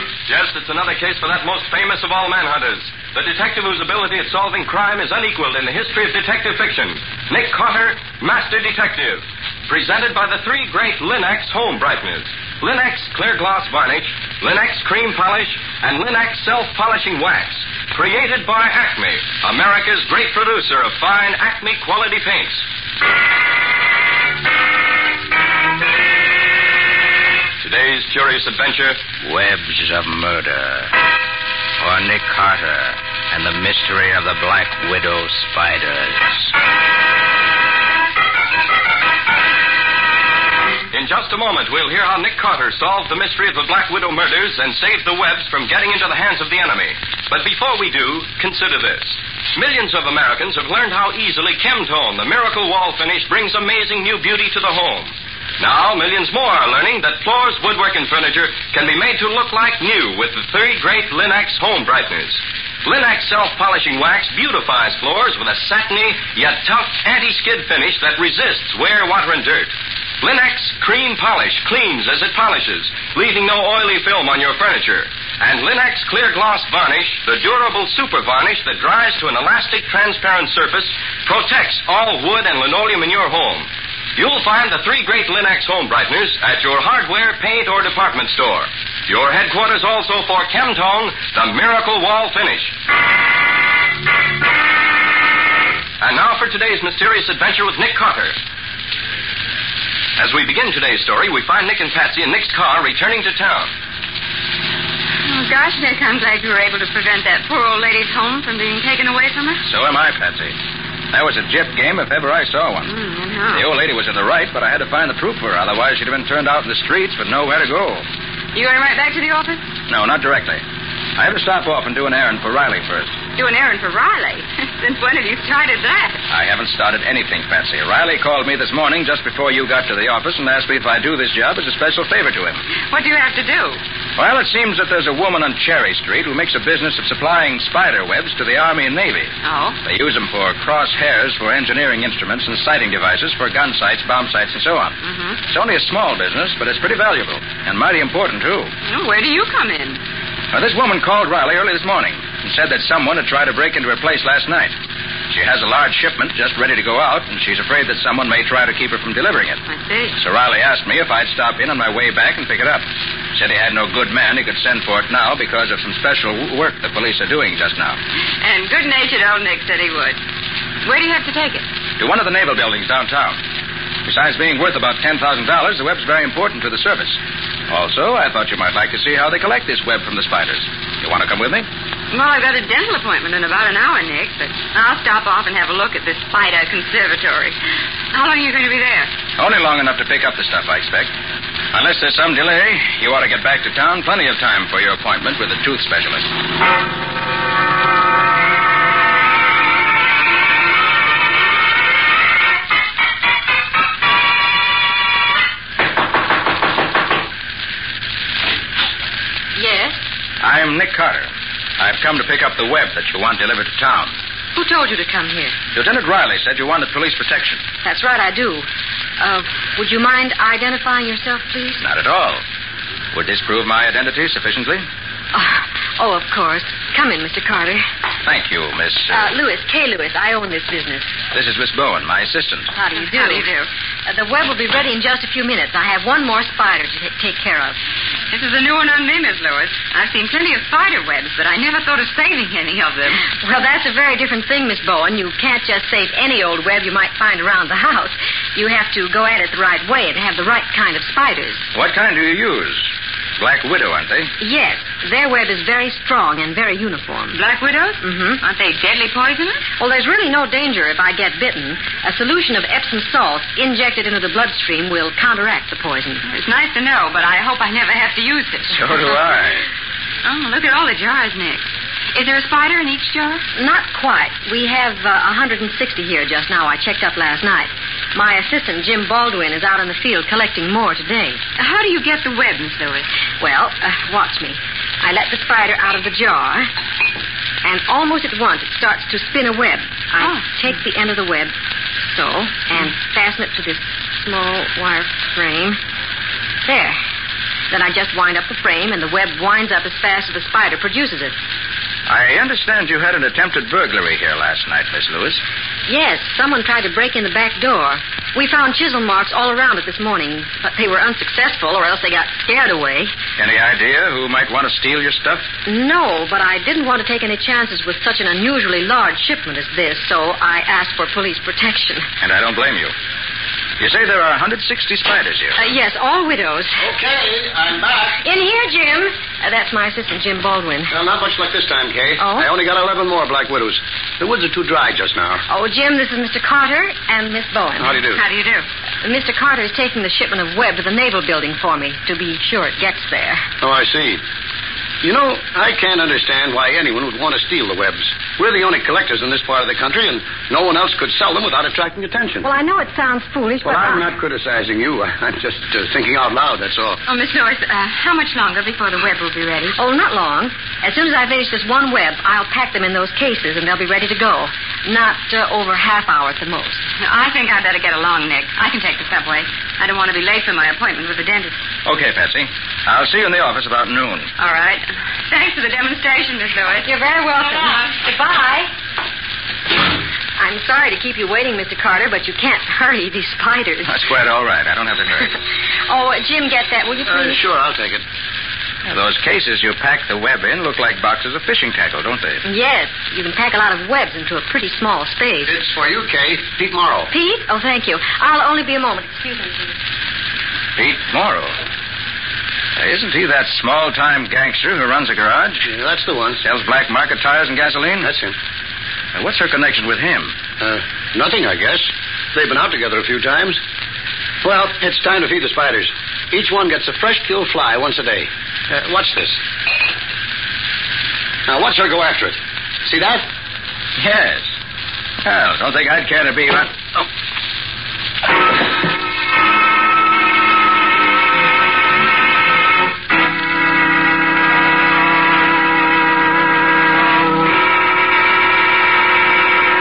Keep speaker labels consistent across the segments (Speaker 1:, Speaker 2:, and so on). Speaker 1: it's another case for that most famous of all manhunters, the detective whose ability at solving crime is unequaled in the history of detective fiction. Nick Carter, Master Detective. Presented by the three great Linex home brighteners Linex clear gloss varnish, Linex cream polish, and Linex self polishing wax. Created by Acme, America's great producer of fine Acme quality paints. Today's curious adventure
Speaker 2: Webs of Murder. Or Nick Carter and the Mystery of the Black Widow Spiders.
Speaker 1: In just a moment, we'll hear how Nick Carter solved the mystery of the Black Widow murders and saved the webs from getting into the hands of the enemy. But before we do, consider this. Millions of Americans have learned how easily Chemtone, the miracle wall finish, brings amazing new beauty to the home. Now, millions more are learning that floors, woodwork, and furniture can be made to look like new with the three great Linex home brighteners. Linex self polishing wax beautifies floors with a satiny yet tough anti skid finish that resists wear, water, and dirt. Linex cream polish cleans as it polishes, leaving no oily film on your furniture. And Linex clear gloss varnish, the durable super varnish that dries to an elastic, transparent surface, protects all wood and linoleum in your home. You'll find the three great Linex home brighteners at your hardware, paint, or department store. Your headquarters also for Chemtone, the miracle wall finish. And now for today's mysterious adventure with Nick Carter. As we begin today's story, we find Nick and Patsy in Nick's car returning to town.
Speaker 3: Oh, gosh, Nick, I'm glad you were able to prevent that poor old lady's home from being taken away from her.
Speaker 2: So am I, Patsy. That was a jip game if ever I saw one.
Speaker 3: Mm, and
Speaker 2: The
Speaker 3: how?
Speaker 2: old lady was in the right, but I had to find the proof for her. Otherwise, she'd have been turned out in the streets with nowhere to go.
Speaker 3: You going right back to the office?
Speaker 2: No, not directly. I have to stop off and do an errand for Riley first.
Speaker 3: Do an errand for Riley. Since when have you started that?
Speaker 2: I haven't started anything, Patsy. Riley called me this morning just before you got to the office and asked me if I do this job as a special favor to him.
Speaker 3: What do you have to do?
Speaker 2: Well, it seems that there's a woman on Cherry Street who makes a business of supplying spider webs to the Army and Navy.
Speaker 3: Oh.
Speaker 2: They use them for crosshairs for engineering instruments and sighting devices for gun sites, bomb sites, and so on.
Speaker 3: Mm-hmm.
Speaker 2: It's only a small business, but it's pretty valuable and mighty important, too.
Speaker 3: Well, where do you come in?
Speaker 2: Now, this woman called Riley early this morning and said that someone had tried to break into her place last night. She has a large shipment just ready to go out, and she's afraid that someone may try to keep her from delivering it.
Speaker 3: I see.
Speaker 2: So Riley asked me if I'd stop in on my way back and pick it up. Said he had no good man he could send for it now because of some special w- work the police are doing just now.
Speaker 3: And good natured old Nick said he would. Where do you have to take it?
Speaker 2: To one of the naval buildings downtown. Besides being worth about $10,000, the web's very important to the service. Also, I thought you might like to see how they collect this web from the spiders. You want to come with me?
Speaker 3: Well, I've got a dental appointment in about an hour, Nick, but I'll stop off and have a look at this spider conservatory. How long are you going to be there?
Speaker 2: Only long enough to pick up the stuff, I expect. Unless there's some delay, you ought to get back to town plenty of time for your appointment with the tooth specialist.
Speaker 3: Yes.
Speaker 2: I'm Nick Carter. I've come to pick up the web that you want delivered to town.
Speaker 3: Who told you to come here?
Speaker 2: Lieutenant Riley said you wanted police protection.
Speaker 3: That's right, I do. Uh, would you mind identifying yourself, please?
Speaker 2: Not at all. Would this prove my identity sufficiently?
Speaker 3: Oh, oh, of course. Come in, Mr. Carter.
Speaker 2: Thank you, Miss.
Speaker 4: Uh,
Speaker 2: uh,
Speaker 4: Lewis, K. Lewis, I own this business.
Speaker 2: this is Miss Bowen, my assistant.
Speaker 4: How do you do?
Speaker 3: How do you do?
Speaker 4: Uh, the web will be ready in just a few minutes. I have one more spider to ta- take care of.
Speaker 3: This is a new one on me, Miss Lewis. I've seen plenty of spider webs, but I never thought of saving any of them.
Speaker 4: Well, that's a very different thing, Miss Bowen. You can't just save any old web you might find around the house. You have to go at it the right way and have the right kind of spiders.
Speaker 2: What kind do you use? Black Widow, aren't they?
Speaker 4: Yes, their web is very strong and very uniform.
Speaker 3: Black widows?
Speaker 4: Mhm.
Speaker 3: Aren't they deadly poisonous?
Speaker 4: Well, there's really no danger if I get bitten. A solution of Epsom salts injected into the bloodstream will counteract the poison.
Speaker 3: It's nice to know, but I hope I never have to use it.
Speaker 2: So do I.
Speaker 3: Oh, look at all the jars, Nick. Is there a spider in each jar?
Speaker 4: Not quite. We have uh, 160 here just now. I checked up last night. My assistant, Jim Baldwin, is out in the field collecting more today.
Speaker 3: How do you get the web, Miss Lewis?
Speaker 4: Well, uh, watch me. I let the spider out of the jar, and almost at once it starts to spin a web. I
Speaker 3: Oh.
Speaker 4: take the end of the web, so, and fasten it to this small wire frame. There.
Speaker 3: Then I just wind up the frame, and the web winds up as fast as the spider produces it.
Speaker 2: I understand you had an attempted burglary here last night, Miss Lewis.
Speaker 3: Yes, someone tried to break in the back door. We found chisel marks all around it this morning, but they were unsuccessful, or else they got scared away.
Speaker 2: Any idea who might want to steal your stuff?
Speaker 3: No, but I didn't want to take any chances with such an unusually large shipment as this, so I asked for police protection.
Speaker 2: And I don't blame you. You say there are 160 spiders here.
Speaker 3: Uh, yes, all widows.
Speaker 5: Okay, I'm back.
Speaker 3: In here, Jim. Uh, that's my assistant, Jim Baldwin.
Speaker 5: Well, not much luck this time, Kay.
Speaker 3: Oh?
Speaker 5: I only got 11 more Black Widows. The woods are too dry just now.
Speaker 3: Oh, Jim, this is Mr. Carter and Miss Bowen.
Speaker 5: How do you do?
Speaker 6: How do you do?
Speaker 3: Uh, Mr. Carter is taking the shipment of web to the Naval Building for me to be sure it gets there.
Speaker 5: Oh, I see. You know, I can't understand why anyone would want to steal the webs. We're the only collectors in this part of the country, and no one else could sell them without attracting attention.
Speaker 3: Well, I know it sounds foolish, but
Speaker 5: Well, I'm
Speaker 3: I-
Speaker 5: not criticizing you. I'm just uh, thinking out loud, that's all.
Speaker 6: Oh, Miss Norris, uh, how much longer before the web will be ready?
Speaker 3: Oh, not long. As soon as I finish this one web, I'll pack them in those cases, and they'll be ready to go. Not uh, over half hour at the most.
Speaker 6: I think I'd better get along, Nick. I can take the subway. I don't want to be late for my appointment with the dentist.
Speaker 2: Okay, Patsy. I'll see you in the office about noon.
Speaker 6: All right. Thanks for the demonstration, Miss Lewis.
Speaker 3: You're very welcome.
Speaker 6: So long.
Speaker 3: Goodbye. I'm sorry to keep you waiting, Mr. Carter, but you can't hurry these spiders.
Speaker 2: That's quite all right. I don't have to hurry.
Speaker 3: oh, uh, Jim, get that, will you
Speaker 5: Uh,
Speaker 3: please?
Speaker 5: sure, I'll take it.
Speaker 2: Those cases you pack the web in look like boxes of fishing tackle, don't they?
Speaker 3: Yes, you can pack a lot of webs into a pretty small space.
Speaker 5: It's for you, Kay. Pete Morrow.
Speaker 3: Pete? Oh, thank you. I'll only be a moment. Excuse me, Jim.
Speaker 2: Pete Morrow. Uh, Isn't he that small time gangster who runs a garage?
Speaker 5: Yeah, that's the one.
Speaker 2: Sells black market tires and gasoline?
Speaker 5: That's him.
Speaker 2: Uh, What's her connection with him?
Speaker 5: Uh, nothing, I guess. They've been out together a few times. Well, it's time to feed the spiders. Each one gets a fresh kill fly once a day. Uh, watch this. Now, watch her go after it. See that?
Speaker 2: Yes. Well, don't think I'd care to be. Oh.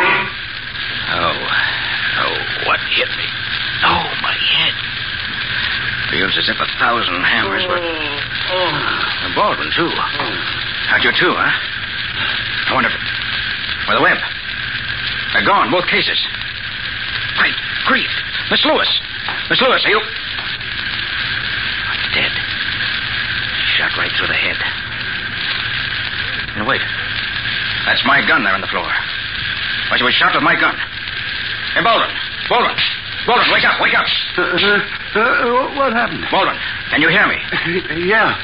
Speaker 2: Oh, oh, what hit me? Oh, my head. Feels as if a thousand hammers were.
Speaker 3: Mm.
Speaker 2: Oh. Baldwin, too. How'd you, too, huh? I wonder if. Well, the web. They're gone, both cases. My grief. Miss Lewis. Miss Lewis, are you. I'm dead. Shot right through the head. And wait. That's my gun there on the floor. Why, she was shot with my gun. Hey, Baldwin. Baldwin. Baldwin, wake up, wake up.
Speaker 5: Uh, uh, uh, what happened?
Speaker 2: Hmm, Baldwin, can you hear me?
Speaker 5: yeah.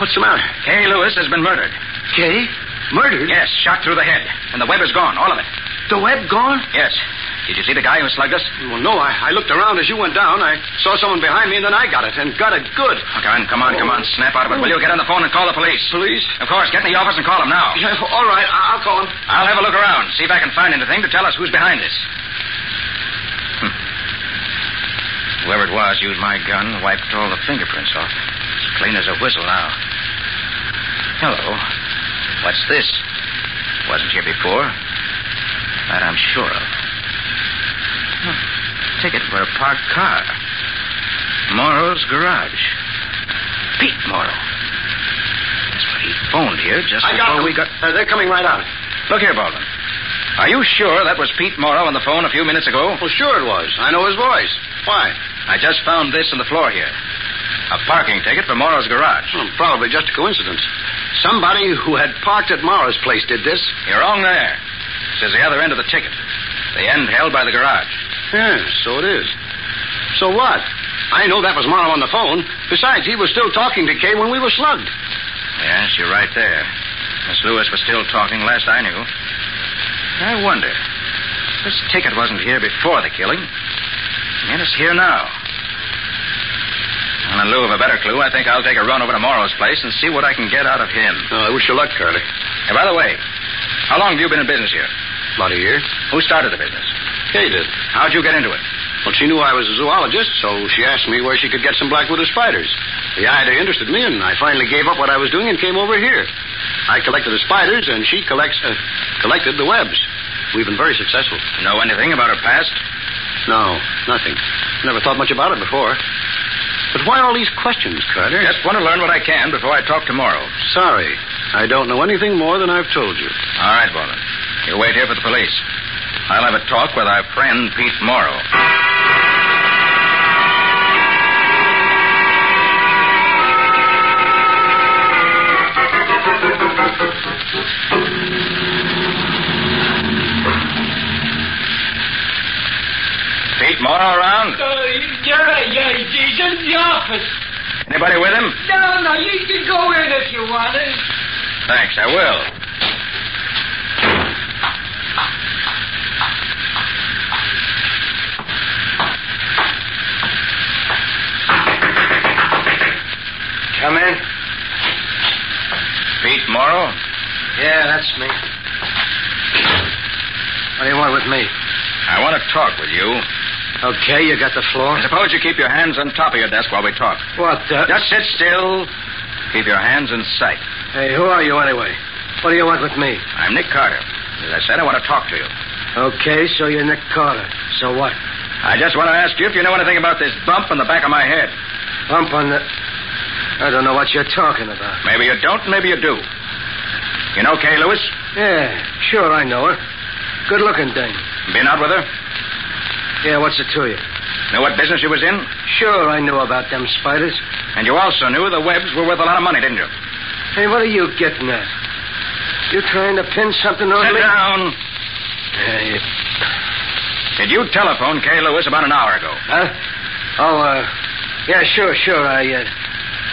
Speaker 5: What's the matter?
Speaker 2: Kay Lewis has been murdered.
Speaker 5: Kay? Murdered?
Speaker 2: Yes, shot through the head. And the web is gone, all of it.
Speaker 5: The web gone?
Speaker 2: Yes. Did you see the guy who slugged us?
Speaker 5: Well, no, I, I looked around as you went down. I saw someone behind me, and then I got it, and got it good.
Speaker 2: Oh, Come on, come on, come on. Snap out of it, will you? Get on the phone and call the police.
Speaker 5: Police?
Speaker 2: Of course. Get in the office and call them now.
Speaker 5: Yeah, all right, I- I'll call him.
Speaker 2: I'll have a look around, see if I can find anything to tell us who's behind this. Hmm. Whoever it was used my gun, and wiped all the fingerprints off. It's clean as a whistle now. Hello. What's this? Wasn't here before. That I'm sure of. Huh. Ticket for a parked car. Morrow's garage. Pete Morrow. That's what he phoned here just
Speaker 5: I
Speaker 2: before
Speaker 5: got them.
Speaker 2: we got.
Speaker 5: Uh, they're coming right out.
Speaker 2: Look here, Baldwin. Are you sure that was Pete Morrow on the phone a few minutes ago?
Speaker 5: Well, sure it was. I know his voice. Why?
Speaker 2: I just found this on the floor here. A parking ticket for Morrow's garage.
Speaker 5: Well, probably just a coincidence. Somebody who had parked at Morrow's place did this.
Speaker 2: You're wrong there. This is the other end of the ticket. The end held by the garage.
Speaker 5: Yeah, so it is. So what? I know that was Morrow on the phone. Besides, he was still talking to Kay when we were slugged.
Speaker 2: Yes, you're right there. Miss Lewis was still talking last I knew. I wonder. This ticket wasn't here before the killing. And it's here now. And in lieu of a better clue, I think I'll take a run over to Morrow's place and see what I can get out of him.
Speaker 5: Oh, I wish you luck, Carter.
Speaker 2: Hey, by the way, how long have you been in business here?
Speaker 5: About a year.
Speaker 2: Who started the business?
Speaker 5: Kay did.
Speaker 2: How'd you get into it?
Speaker 5: Well, she knew I was a zoologist, so she asked me where she could get some black widow spiders. The idea interested me, and I finally gave up what I was doing and came over here. I collected the spiders, and she collects uh, collected the webs. We've been very successful.
Speaker 2: Know anything about her past?
Speaker 5: No, nothing. Never thought much about it before.
Speaker 7: But why all these questions, Carter?
Speaker 2: Just want to learn what I can before I talk tomorrow.
Speaker 7: Sorry. I don't know anything more than I've told you.
Speaker 2: All right, Baldwin. You wait here for the police. I'll have a talk with our friend Pete Morrow. Pete Morrow around?
Speaker 8: Uh, yeah, yeah, he's in the office.
Speaker 2: Anybody with him?
Speaker 8: No, no, you can go in if you want it.
Speaker 2: Thanks, I will.
Speaker 5: Come in.
Speaker 2: Pete Morrow?
Speaker 5: Yeah, that's me. What do you want with me?
Speaker 2: I want to talk with you.
Speaker 5: Okay, you got the
Speaker 2: I
Speaker 5: floor.
Speaker 2: suppose you keep your hands on top of your desk while we talk.
Speaker 5: What? Uh...
Speaker 2: Just sit still. Keep your hands in sight.
Speaker 5: Hey, who are you anyway? What do you want with me?
Speaker 2: I'm Nick Carter. As I said, I want to talk to you.
Speaker 5: Okay, so you're Nick Carter. So what?
Speaker 2: I just want to ask you if you know anything about this bump on the back of my head.
Speaker 5: Bump on the. I don't know what you're talking about.
Speaker 2: Maybe you don't, maybe you do. You know Kay Lewis?
Speaker 5: Yeah, sure, I know her. Good looking thing.
Speaker 2: Been out with her?
Speaker 5: Yeah, what's it to you?
Speaker 2: Know what business she was in?
Speaker 5: Sure, I knew about them spiders.
Speaker 2: And you also knew the webs were worth a lot of money, didn't you?
Speaker 5: Hey, what are you getting at? You trying to pin something on
Speaker 2: Sit
Speaker 5: me?
Speaker 2: down.
Speaker 5: Hey,
Speaker 2: Did you telephone Kay Lewis about an hour ago?
Speaker 5: huh? Oh, uh, yeah, sure, sure. I, uh,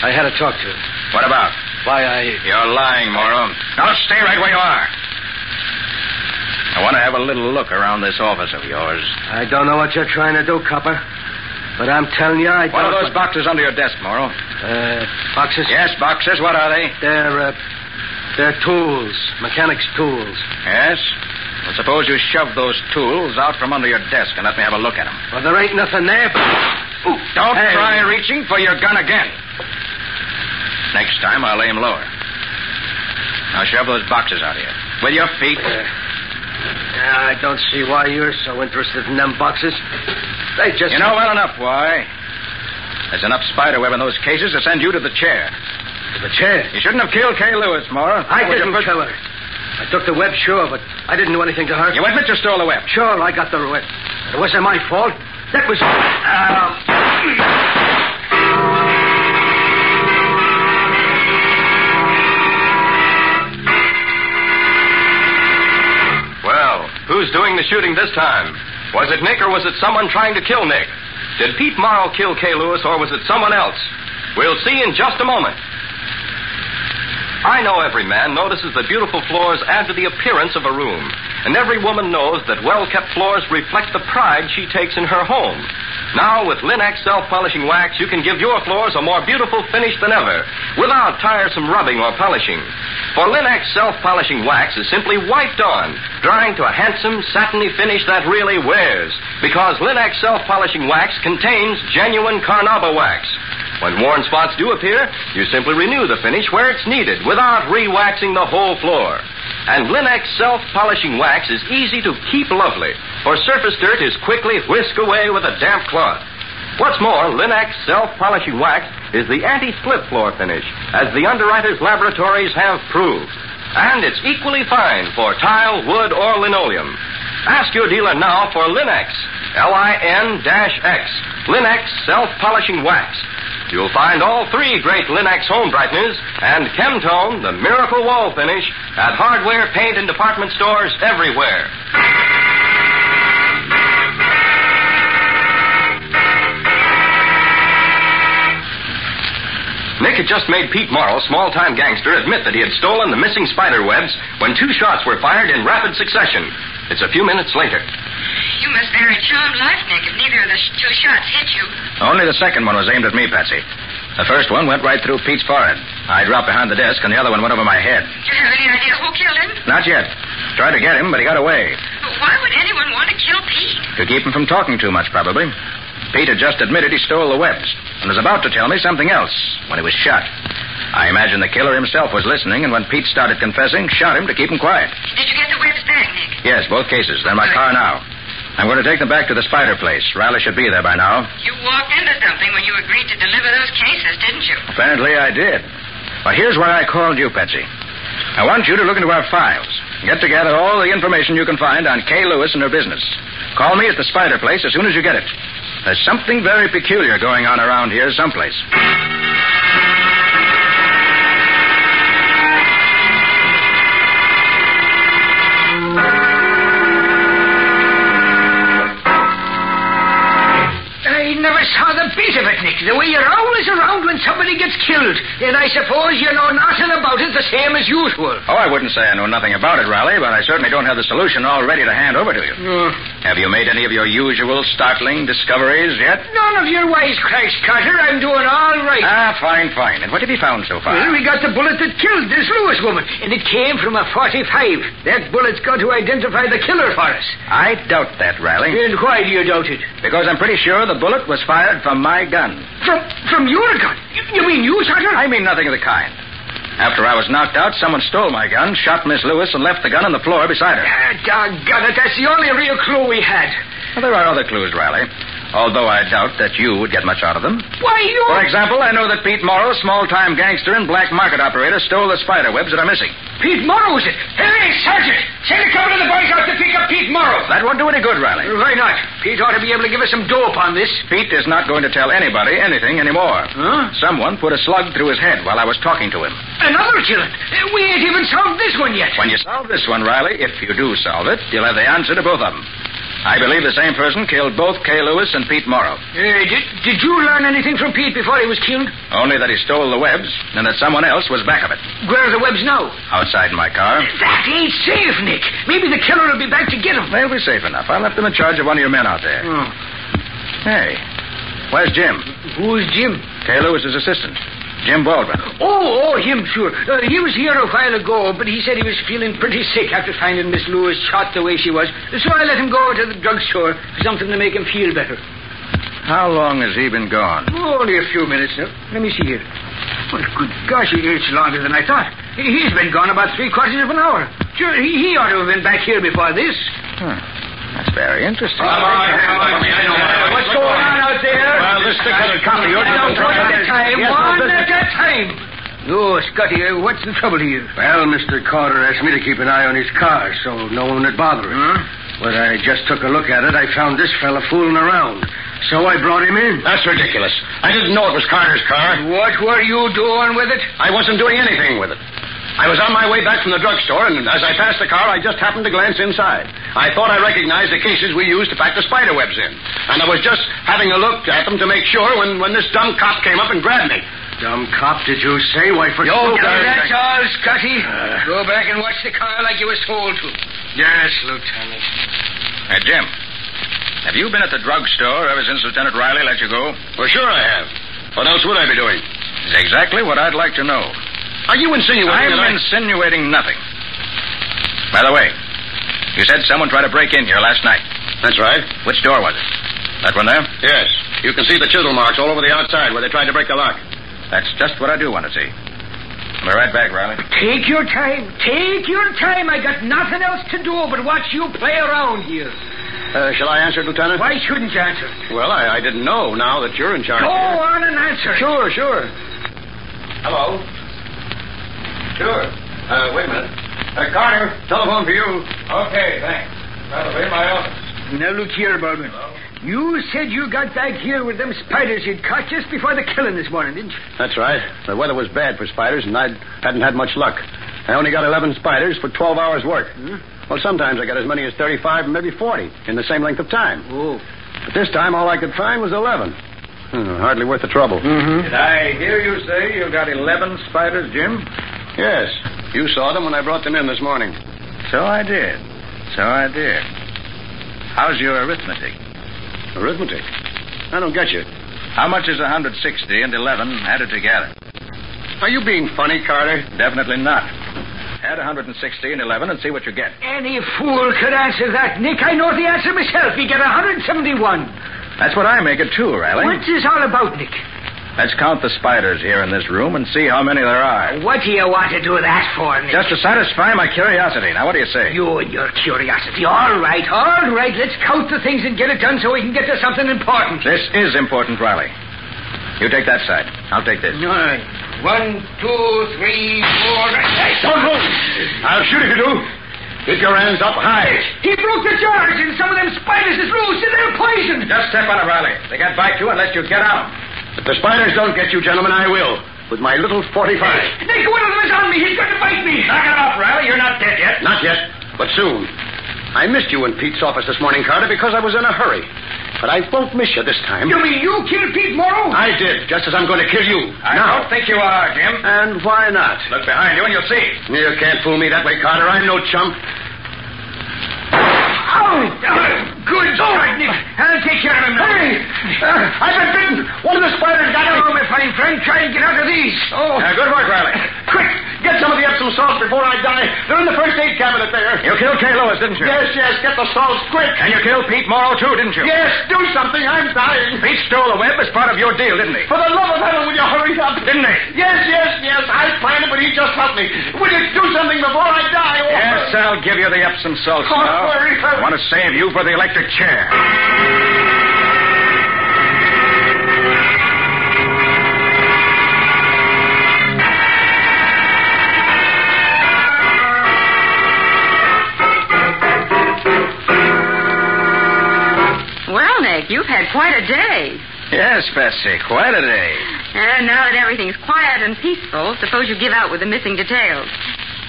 Speaker 5: I had to talk to her.
Speaker 2: What about?
Speaker 5: Why, I.
Speaker 2: You're lying, Morrow. Now stay right where you are. I want to have a little look around this office of yours.
Speaker 5: I don't know what you're trying to do, copper. But I'm telling you, I
Speaker 2: What
Speaker 5: don't.
Speaker 2: are those boxes under your desk, Morrow?
Speaker 5: Uh, boxes?
Speaker 2: Yes, boxes. What are they?
Speaker 5: They're, uh, they're tools, mechanics' tools.
Speaker 2: Yes. Well, suppose you shove those tools out from under your desk and let me have a look at them.
Speaker 5: Well, there ain't nothing there, but. Ooh,
Speaker 2: Don't
Speaker 5: hey.
Speaker 2: try reaching for your gun again. Next time, I'll aim lower. Now shove those boxes out here. Uh, With your feet.
Speaker 5: Uh, Yeah, I don't see why you're so interested in them boxes. They just.
Speaker 2: You know well enough why. There's enough spider web in those cases to send you to the chair.
Speaker 5: The chair.
Speaker 2: You shouldn't have killed Kay Lewis, Mora.
Speaker 5: I didn't kill her. I took the web, sure, but I didn't do anything to her.
Speaker 2: You admit you stole the web.
Speaker 5: Sure, I got the web. It wasn't my fault. That was. uh,
Speaker 1: Well, who's doing the shooting this time? Was it Nick or was it someone trying to kill Nick? Did Pete Morrow kill Kay Lewis or was it someone else? We'll see in just a moment. I know every man notices that beautiful floors add to the appearance of a room, and every woman knows that well kept floors reflect the pride she takes in her home. Now, with Linex self polishing wax, you can give your floors a more beautiful finish than ever without tiresome rubbing or polishing. For Linex self polishing wax is simply wiped on, drying to a handsome, satiny finish that really wears, because Linex self polishing wax contains genuine carnauba wax. When worn spots do appear, you simply renew the finish where it's needed without re-waxing the whole floor. And Linex self-polishing wax is easy to keep lovely, for surface dirt is quickly whisked away with a damp cloth. What's more, Linex self-polishing wax is the anti-slip floor finish, as the underwriters' laboratories have proved. And it's equally fine for tile, wood, or linoleum. Ask your dealer now for Linex, L-I-N-X, Linex self-polishing wax. You'll find all three great Linex home brighteners and Chemtone, the miracle wall finish, at hardware, paint, and department stores everywhere. Nick had just made Pete Morrow, small time gangster, admit that he had stolen the missing spider webs when two shots were fired in rapid succession. It's a few minutes later.
Speaker 3: You must bear a charmed life, Nick, if neither of the sh- two shots hit you.
Speaker 2: Only the second one was aimed at me, Patsy. The first one went right through Pete's forehead. I dropped behind the desk, and the other one went over my head.
Speaker 3: Do you have any idea who killed him?
Speaker 2: Not yet. Tried to get him, but he got away.
Speaker 3: But why would anyone want to kill Pete?
Speaker 2: To keep him from talking too much, probably. Pete had just admitted he stole the webs and was about to tell me something else when he was shot. I imagine the killer himself was listening, and when Pete started confessing, shot him to keep him quiet.
Speaker 3: Did you get the webs back, Nick?
Speaker 2: Yes, both cases. They're in my car now. I'm going to take them back to the spider place. Riley should be there by now.
Speaker 3: You walked into something when you agreed to deliver those cases, didn't you?
Speaker 2: Apparently I did. Well, here's why I called you, Patsy. I want you to look into our files. Get together all the information you can find on Kay Lewis and her business. Call me at the Spider Place as soon as you get it. There's something very peculiar going on around here someplace.
Speaker 5: I never saw the beat of it, Nick. The way you roll is around when somebody gets killed. And I suppose you know nothing about it the same as usual.
Speaker 2: Oh, I wouldn't say I know nothing about it, Riley, but I certainly don't have the solution all ready to hand over to you. Have you made any of your usual startling discoveries yet?
Speaker 5: None of your wisecracks, Carter. I'm doing all right.
Speaker 2: Ah, fine, fine. And what have you found so far?
Speaker 5: Well, we got the bullet that killed this Lewis woman, and it came from a 45. That bullet's got to identify the killer for us.
Speaker 2: I doubt that, Riley.
Speaker 5: And why do you doubt it?
Speaker 2: Because I'm pretty sure the bullet was fired from my gun.
Speaker 5: From from your gun? You mean you shot her?
Speaker 2: I mean nothing of the kind. After I was knocked out, someone stole my gun, shot Miss Lewis, and left the gun on the floor beside her.
Speaker 5: Ah, doggone it. That's the only real clue we had.
Speaker 2: Well, there are other clues, Riley, although I doubt that you would get much out of them.
Speaker 5: Why, you...
Speaker 2: For example, I know that Pete Morrow, small-time gangster and black market operator, stole the spider webs that are missing.
Speaker 5: Pete Morrow's it. Hey, Sergeant, send a couple of the boys out to pick up Pete Morrow.
Speaker 2: That won't do any good, Riley.
Speaker 5: Why not? Pete ought to be able to give us some dope on this.
Speaker 2: Pete is not going to tell anybody anything anymore.
Speaker 5: Huh?
Speaker 2: Someone put a slug through his head while I was talking to him.
Speaker 5: Another killing. Uh, We ain't even solved this one yet.
Speaker 2: When you solve this one, Riley, if you do solve it, you'll have the answer to both of them. I believe the same person killed both Kay Lewis and Pete Morrow.
Speaker 5: Uh, did, did you learn anything from Pete before he was killed?
Speaker 2: Only that he stole the webs and that someone else was back of it.
Speaker 5: Where are the webs now?
Speaker 2: Outside my car.
Speaker 5: That ain't safe, Nick. Maybe the killer will be back to get them.
Speaker 2: They'll be safe enough. I left them in charge of one of your men out there. Hey, where's Jim?
Speaker 5: Oh, Who's Jim?
Speaker 2: Kay Lewis's assistant, Jim Baldwin.
Speaker 5: Oh, oh, him, sure. Uh, he was here a while ago, but he said he was feeling pretty sick after finding Miss Lewis shot the way she was. So I let him go to the drugstore for something to make him feel better.
Speaker 2: How long has he been gone?
Speaker 5: Only a few minutes, sir. Let me see here. Well, good gosh, it's longer than I thought. He's been gone about three quarters of an hour. Sure, he, he ought to have been back here before this.
Speaker 2: Hmm. That's very interesting.
Speaker 5: What's going on out there?
Speaker 2: Well, this thing has come to you.
Speaker 5: Now, one at a time,
Speaker 2: Yes,
Speaker 5: one
Speaker 2: no
Speaker 5: at a time. Oh, Scotty, uh, what's the trouble here?
Speaker 7: Well, Mr. Carter asked me to keep an eye on his car so no one would bother him. When I just took a look at it, I found this fella fooling around. So I brought him in.
Speaker 2: That's ridiculous. I didn't know it was Carter's car.
Speaker 5: Uh, What were you doing with it?
Speaker 7: I wasn't doing anything with it. I was on my way back from the drugstore, and as I passed the car, I just happened to glance inside. I thought I recognized the cases we used to pack the spider webs in. And I was just having a look at them to make sure when, when this dumb cop came up and grabbed me. Dumb cop, did you say? Why, for... Uh.
Speaker 5: Now, that's all, Scotty. Go back and watch the car like you was told to. Yes, Lieutenant.
Speaker 2: Hey, Jim. Have you been at the drugstore ever since Lieutenant Riley let you go?
Speaker 7: Well, sure I have. What else would I be doing?
Speaker 2: It's exactly what I'd like to know.
Speaker 7: Are you insinuating
Speaker 2: I'm
Speaker 7: that I-
Speaker 2: insinuating nothing. By the way, you said someone tried to break in here last night.
Speaker 7: That's right.
Speaker 2: Which door was it? That one there?
Speaker 7: Yes. You can see the chisel marks all over the outside where they tried to break the lock.
Speaker 2: That's just what I do want to see. I'll be right back, Riley.
Speaker 5: Take your time. Take your time. I got nothing else to do but watch you play around here.
Speaker 7: Uh, shall I answer it, Lieutenant?
Speaker 5: Why shouldn't you answer?
Speaker 7: Well, I, I didn't know now that you're in charge.
Speaker 5: Go
Speaker 7: here.
Speaker 5: on and answer. it.
Speaker 7: Sure, sure. Hello. Sure. Uh, wait a minute. Uh, Carter, telephone for you. Okay, thanks. That'll be my office.
Speaker 5: Now look here, Baldwin. You said you got back here with them spiders you'd caught just before the killing this morning, didn't you?
Speaker 7: That's right. The weather was bad for spiders, and I hadn't had much luck. I only got 11 spiders for 12 hours' work.
Speaker 2: Hmm?
Speaker 7: Well, sometimes I got as many as 35 and maybe 40 in the same length of time.
Speaker 5: Oh.
Speaker 7: But this time, all I could find was 11. Hmm, hardly worth the trouble.
Speaker 2: Did I hear you say you got 11 spiders, Jim?
Speaker 7: Yes. You saw them when I brought them in this morning.
Speaker 2: So I did. So I did. How's your arithmetic?
Speaker 7: Arithmetic. I don't get you.
Speaker 2: How much is 160 and 11 added together?
Speaker 7: Are you being funny, Carter?
Speaker 2: Definitely not. Add 160 and 11 and see what you get.
Speaker 5: Any fool could answer that, Nick. I know the answer myself. We get 171.
Speaker 2: That's what I make it, too, Riley.
Speaker 5: What's this all about, Nick? Let's count the spiders here in this room and see how many there are.
Speaker 9: What do you want to do that for, Nick?
Speaker 5: Just to satisfy my curiosity. Now, what do you say?
Speaker 9: You and your curiosity. All right, all right. Let's count the things and get it done so we can get to something important.
Speaker 5: This is important, Riley. You take that side. I'll take this.
Speaker 9: All right. One, two, three, four. Hey,
Speaker 2: Don't move! I'll shoot if you do. Keep your hands up high.
Speaker 9: He broke the jars, and some of them spiders is loose, and they're poisoned.
Speaker 5: Just step on it, Riley. They got back you unless you get out.
Speaker 2: If the spiders don't get you, gentlemen, I will. With my little 45.
Speaker 9: Nick, one of them is on me. He's going to bite me.
Speaker 5: Knock it off, Riley. You're not dead yet.
Speaker 2: Not yet, but soon. I missed you in Pete's office this morning, Carter, because I was in a hurry. But I won't miss you this time.
Speaker 9: You mean you killed Pete Morrow?
Speaker 2: I did, just as I'm going to kill you.
Speaker 5: I
Speaker 2: now.
Speaker 5: don't think you are, Jim.
Speaker 2: And why not?
Speaker 5: Look behind you and you'll see.
Speaker 2: You can't fool me that way, Carter. I'm no chump.
Speaker 9: Oh, good. All right, Nick. I'll take care of him now. Hey, uh, I've been bitten. One of the spiders got out. Oh, my fine friend, try and get out of these. Oh,
Speaker 2: Now, Uh, good work, Riley. Quick, get some of the Epsom salts before I die. They're in the first aid cabinet there.
Speaker 5: You killed Kay Lewis, didn't you?
Speaker 2: Yes, yes, get the salts quick.
Speaker 5: And you killed Pete Morrow, too, didn't you?
Speaker 2: Yes, do something. I'm dying.
Speaker 5: Pete stole the web as part of your deal, didn't he?
Speaker 2: For the love of heaven, will you hurry up?
Speaker 5: Didn't he?
Speaker 2: Yes, yes, yes. I planned it, but he just helped me. Will you do something before I die? Oh,
Speaker 5: Yes, I'll give you the Epsom salts
Speaker 2: Oh,
Speaker 5: now.
Speaker 2: hurry, hurry.
Speaker 5: I want to save you for the electric chair.
Speaker 3: Well, Nick, you've had quite a day.
Speaker 5: Yes, Betsy, quite a day.
Speaker 3: And Uh, now that everything's quiet and peaceful, suppose you give out with the missing details.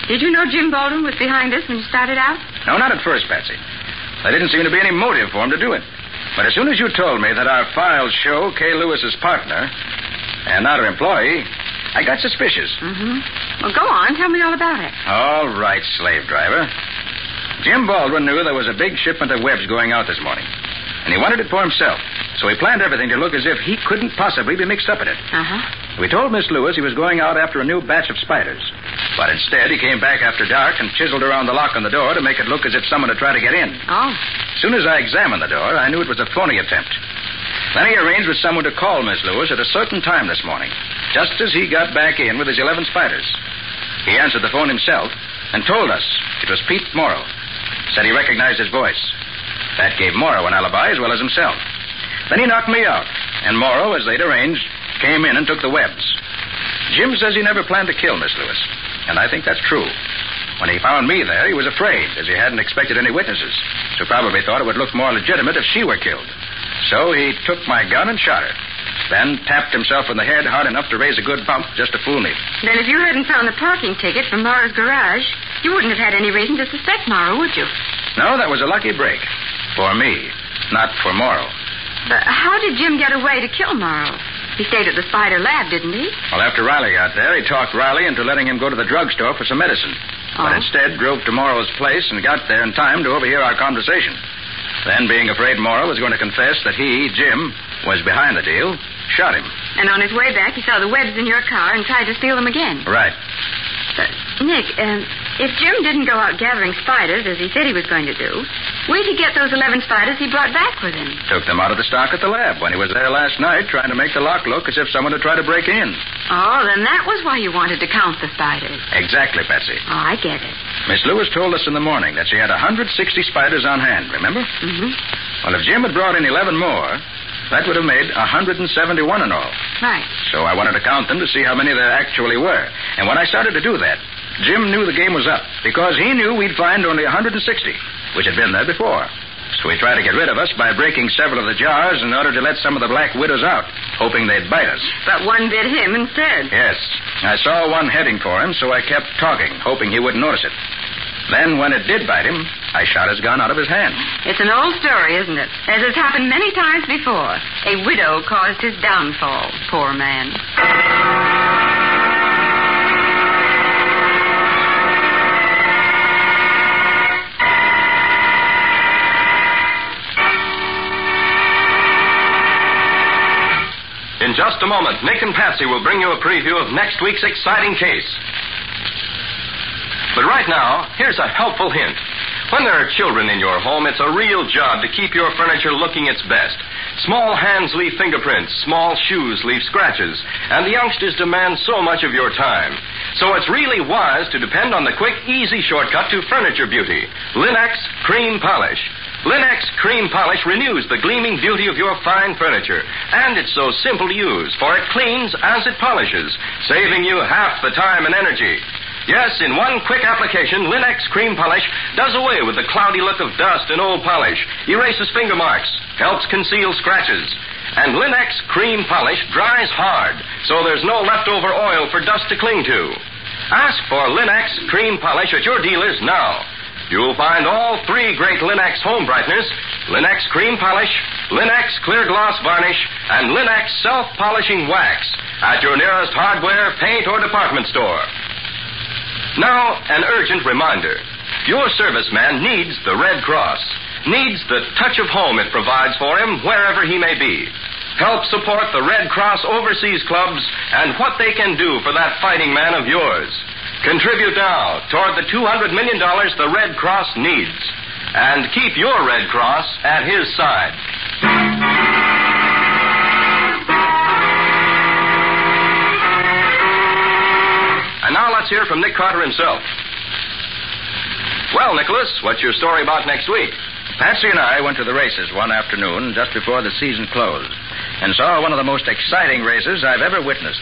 Speaker 3: Did you know Jim Baldwin was behind this when you started out?
Speaker 5: No, not at first, Betsy. There didn't seem to be any motive for him to do it. But as soon as you told me that our files show Kay Lewis's partner and not her employee, I got suspicious.
Speaker 3: Mm-hmm. Well, go on. Tell me all about it.
Speaker 5: All right, slave driver. Jim Baldwin knew there was a big shipment of webs going out this morning, and he wanted it for himself. So he planned everything to look as if he couldn't possibly be mixed up in it.
Speaker 3: Uh-huh.
Speaker 5: We told Miss Lewis he was going out after a new batch of spiders. But instead, he came back after dark and chiseled around the lock on the door to make it look as if someone had tried to get in.
Speaker 3: Oh.
Speaker 5: As soon as I examined the door, I knew it was a phony attempt. Then he arranged with someone to call Miss Lewis at a certain time this morning, just as he got back in with his 11 spiders. He answered the phone himself and told us it was Pete Morrow. Said he recognized his voice. That gave Morrow an alibi as well as himself. Then he knocked me out, and Morrow, as they'd arranged, came in and took the webs. Jim says he never planned to kill Miss Lewis, and I think that's true. When he found me there, he was afraid, as he hadn't expected any witnesses, so probably thought it would look more legitimate if she were killed. So he took my gun and shot her, then tapped himself on the head hard enough to raise a good bump just to fool me.
Speaker 3: Then if you hadn't found the parking ticket from Mara's garage, you wouldn't have had any reason to suspect Mara, would you?
Speaker 5: No, that was a lucky break. For me, not for Morrow.
Speaker 3: But how did Jim get away to kill Morrow? He stayed at the spider lab, didn't he?
Speaker 5: Well, after Riley got there, he talked Riley into letting him go to the drugstore for some medicine. But
Speaker 3: Oh.
Speaker 5: instead, drove to Morrow's place and got there in time to overhear our conversation. Then, being afraid Morrow was going to confess that he, Jim, was behind the deal, shot him.
Speaker 3: And on his way back, he saw the webs in your car and tried to steal them again.
Speaker 5: Right.
Speaker 3: But, Nick, um, if Jim didn't go out gathering spiders, as he said he was going to do, where'd he get those 11 spiders he brought back with him?
Speaker 5: Took them out of the stock at the lab when he was there last night, trying to make the lock look as if someone had tried to break in.
Speaker 3: Oh, then that was why you wanted to count the spiders.
Speaker 5: Exactly, Patsy.
Speaker 3: Oh, I get it.
Speaker 5: Miss Lewis told us in the morning that she had 160 spiders on hand, remember?
Speaker 3: Mm-hmm.
Speaker 5: Well, if Jim had brought in 11 more, that would have made 171 in all.
Speaker 3: Right.
Speaker 5: So I wanted to count them to see how many there actually were. And when I started to do that, Jim knew the game was up because he knew we'd find only 160, which had been there before. So he tried to get rid of us by breaking several of the jars in order to let some of the black widows out, hoping they'd bite us.
Speaker 3: But one bit him instead.
Speaker 5: Yes. I saw one heading for him, so I kept talking, hoping he wouldn't notice it. Then, when it did bite him, I shot his gun out of his hand.
Speaker 3: It's an old story, isn't it? As has happened many times before. A widow caused his downfall, poor man.
Speaker 10: In just a moment, Nick and Patsy will bring you a preview of next week's exciting case. But right now, here's a helpful hint. When there are children in your home, it's a real job to keep your furniture looking its best.
Speaker 2: Small hands leave fingerprints, small shoes leave scratches, and the youngsters demand so much of your time. So it's really wise to depend on the quick, easy shortcut to furniture beauty Linex Cream Polish. Linex Cream Polish renews the gleaming beauty of your fine furniture, and it's so simple to use, for it cleans as it polishes, saving you half the time and energy. Yes, in one quick application, Linex Cream Polish does away with the cloudy look of dust and old polish, erases finger marks, helps conceal scratches. And Linex Cream Polish dries hard, so there's no leftover oil for dust to cling to. Ask for Linex Cream Polish at your dealers now. You'll find all three great Linex home brighteners Linex Cream Polish, Linex Clear Gloss Varnish, and Linex Self Polishing Wax at your nearest hardware, paint, or department store. Now, an urgent reminder. Your serviceman needs the Red Cross, needs the touch of home it provides for him wherever he may be. Help support the Red Cross overseas clubs and what they can do for that fighting man of yours. Contribute now toward the $200 million the Red Cross needs. And keep your Red Cross at his side. And now let's hear from Nick Carter himself. Well, Nicholas, what's your story about next week?
Speaker 5: Patsy and I went to the races one afternoon just before the season closed and saw one of the most exciting races I've ever witnessed.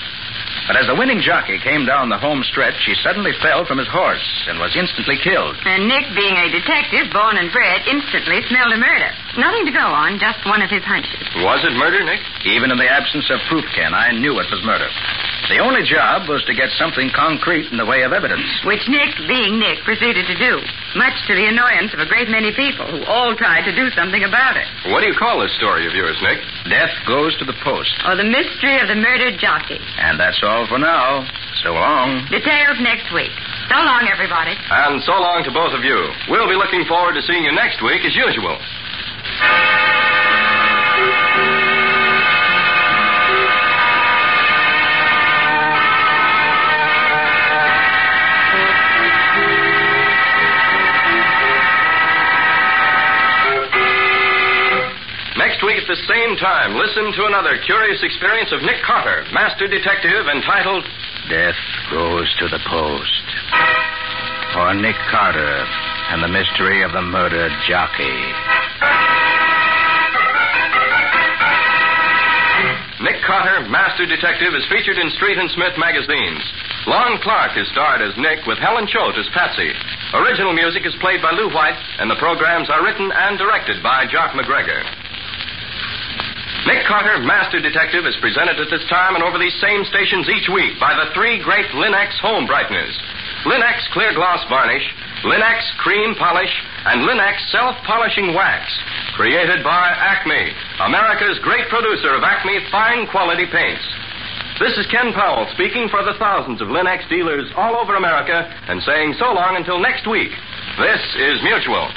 Speaker 5: But as the winning jockey came down the home stretch, he suddenly fell from his horse and was instantly killed.
Speaker 3: And Nick, being a detective, born and bred, instantly smelled a murder. Nothing to go on, just one of his hunches.
Speaker 2: Was it murder, Nick?
Speaker 5: Even in the absence of proof, Ken, I knew it was murder. The only job was to get something concrete in the way of evidence.
Speaker 3: Which Nick, being Nick, proceeded to do, much to the annoyance of a great many people who all tried to do something about it.
Speaker 2: What do you call this story of yours, Nick?
Speaker 5: Death goes to the post.
Speaker 3: Or Oh, the mystery of the murdered jockey.
Speaker 5: And that's all for now. So long.
Speaker 3: Details next week. So long, everybody.
Speaker 2: And so long to both of you. We'll be looking forward to seeing you next week as usual. Next week at the same time, listen to another curious experience of Nick Carter, Master Detective, entitled
Speaker 5: Death goes to the post. For Nick Carter and the mystery of the murdered jockey.
Speaker 2: Nick Carter, Master Detective, is featured in Street and Smith magazines. Lon Clark is starred as Nick with Helen Choate as Patsy. Original music is played by Lou White, and the programs are written and directed by Jock McGregor. Nick Carter, Master Detective, is presented at this time and over these same stations each week by the three great Linex home brighteners Linex Clear Gloss Varnish, Linex Cream Polish, and Linex Self Polishing Wax, created by Acme, America's great producer of Acme fine quality paints. This is Ken Powell speaking for the thousands of Linex dealers all over America and saying so long until next week. This is Mutual.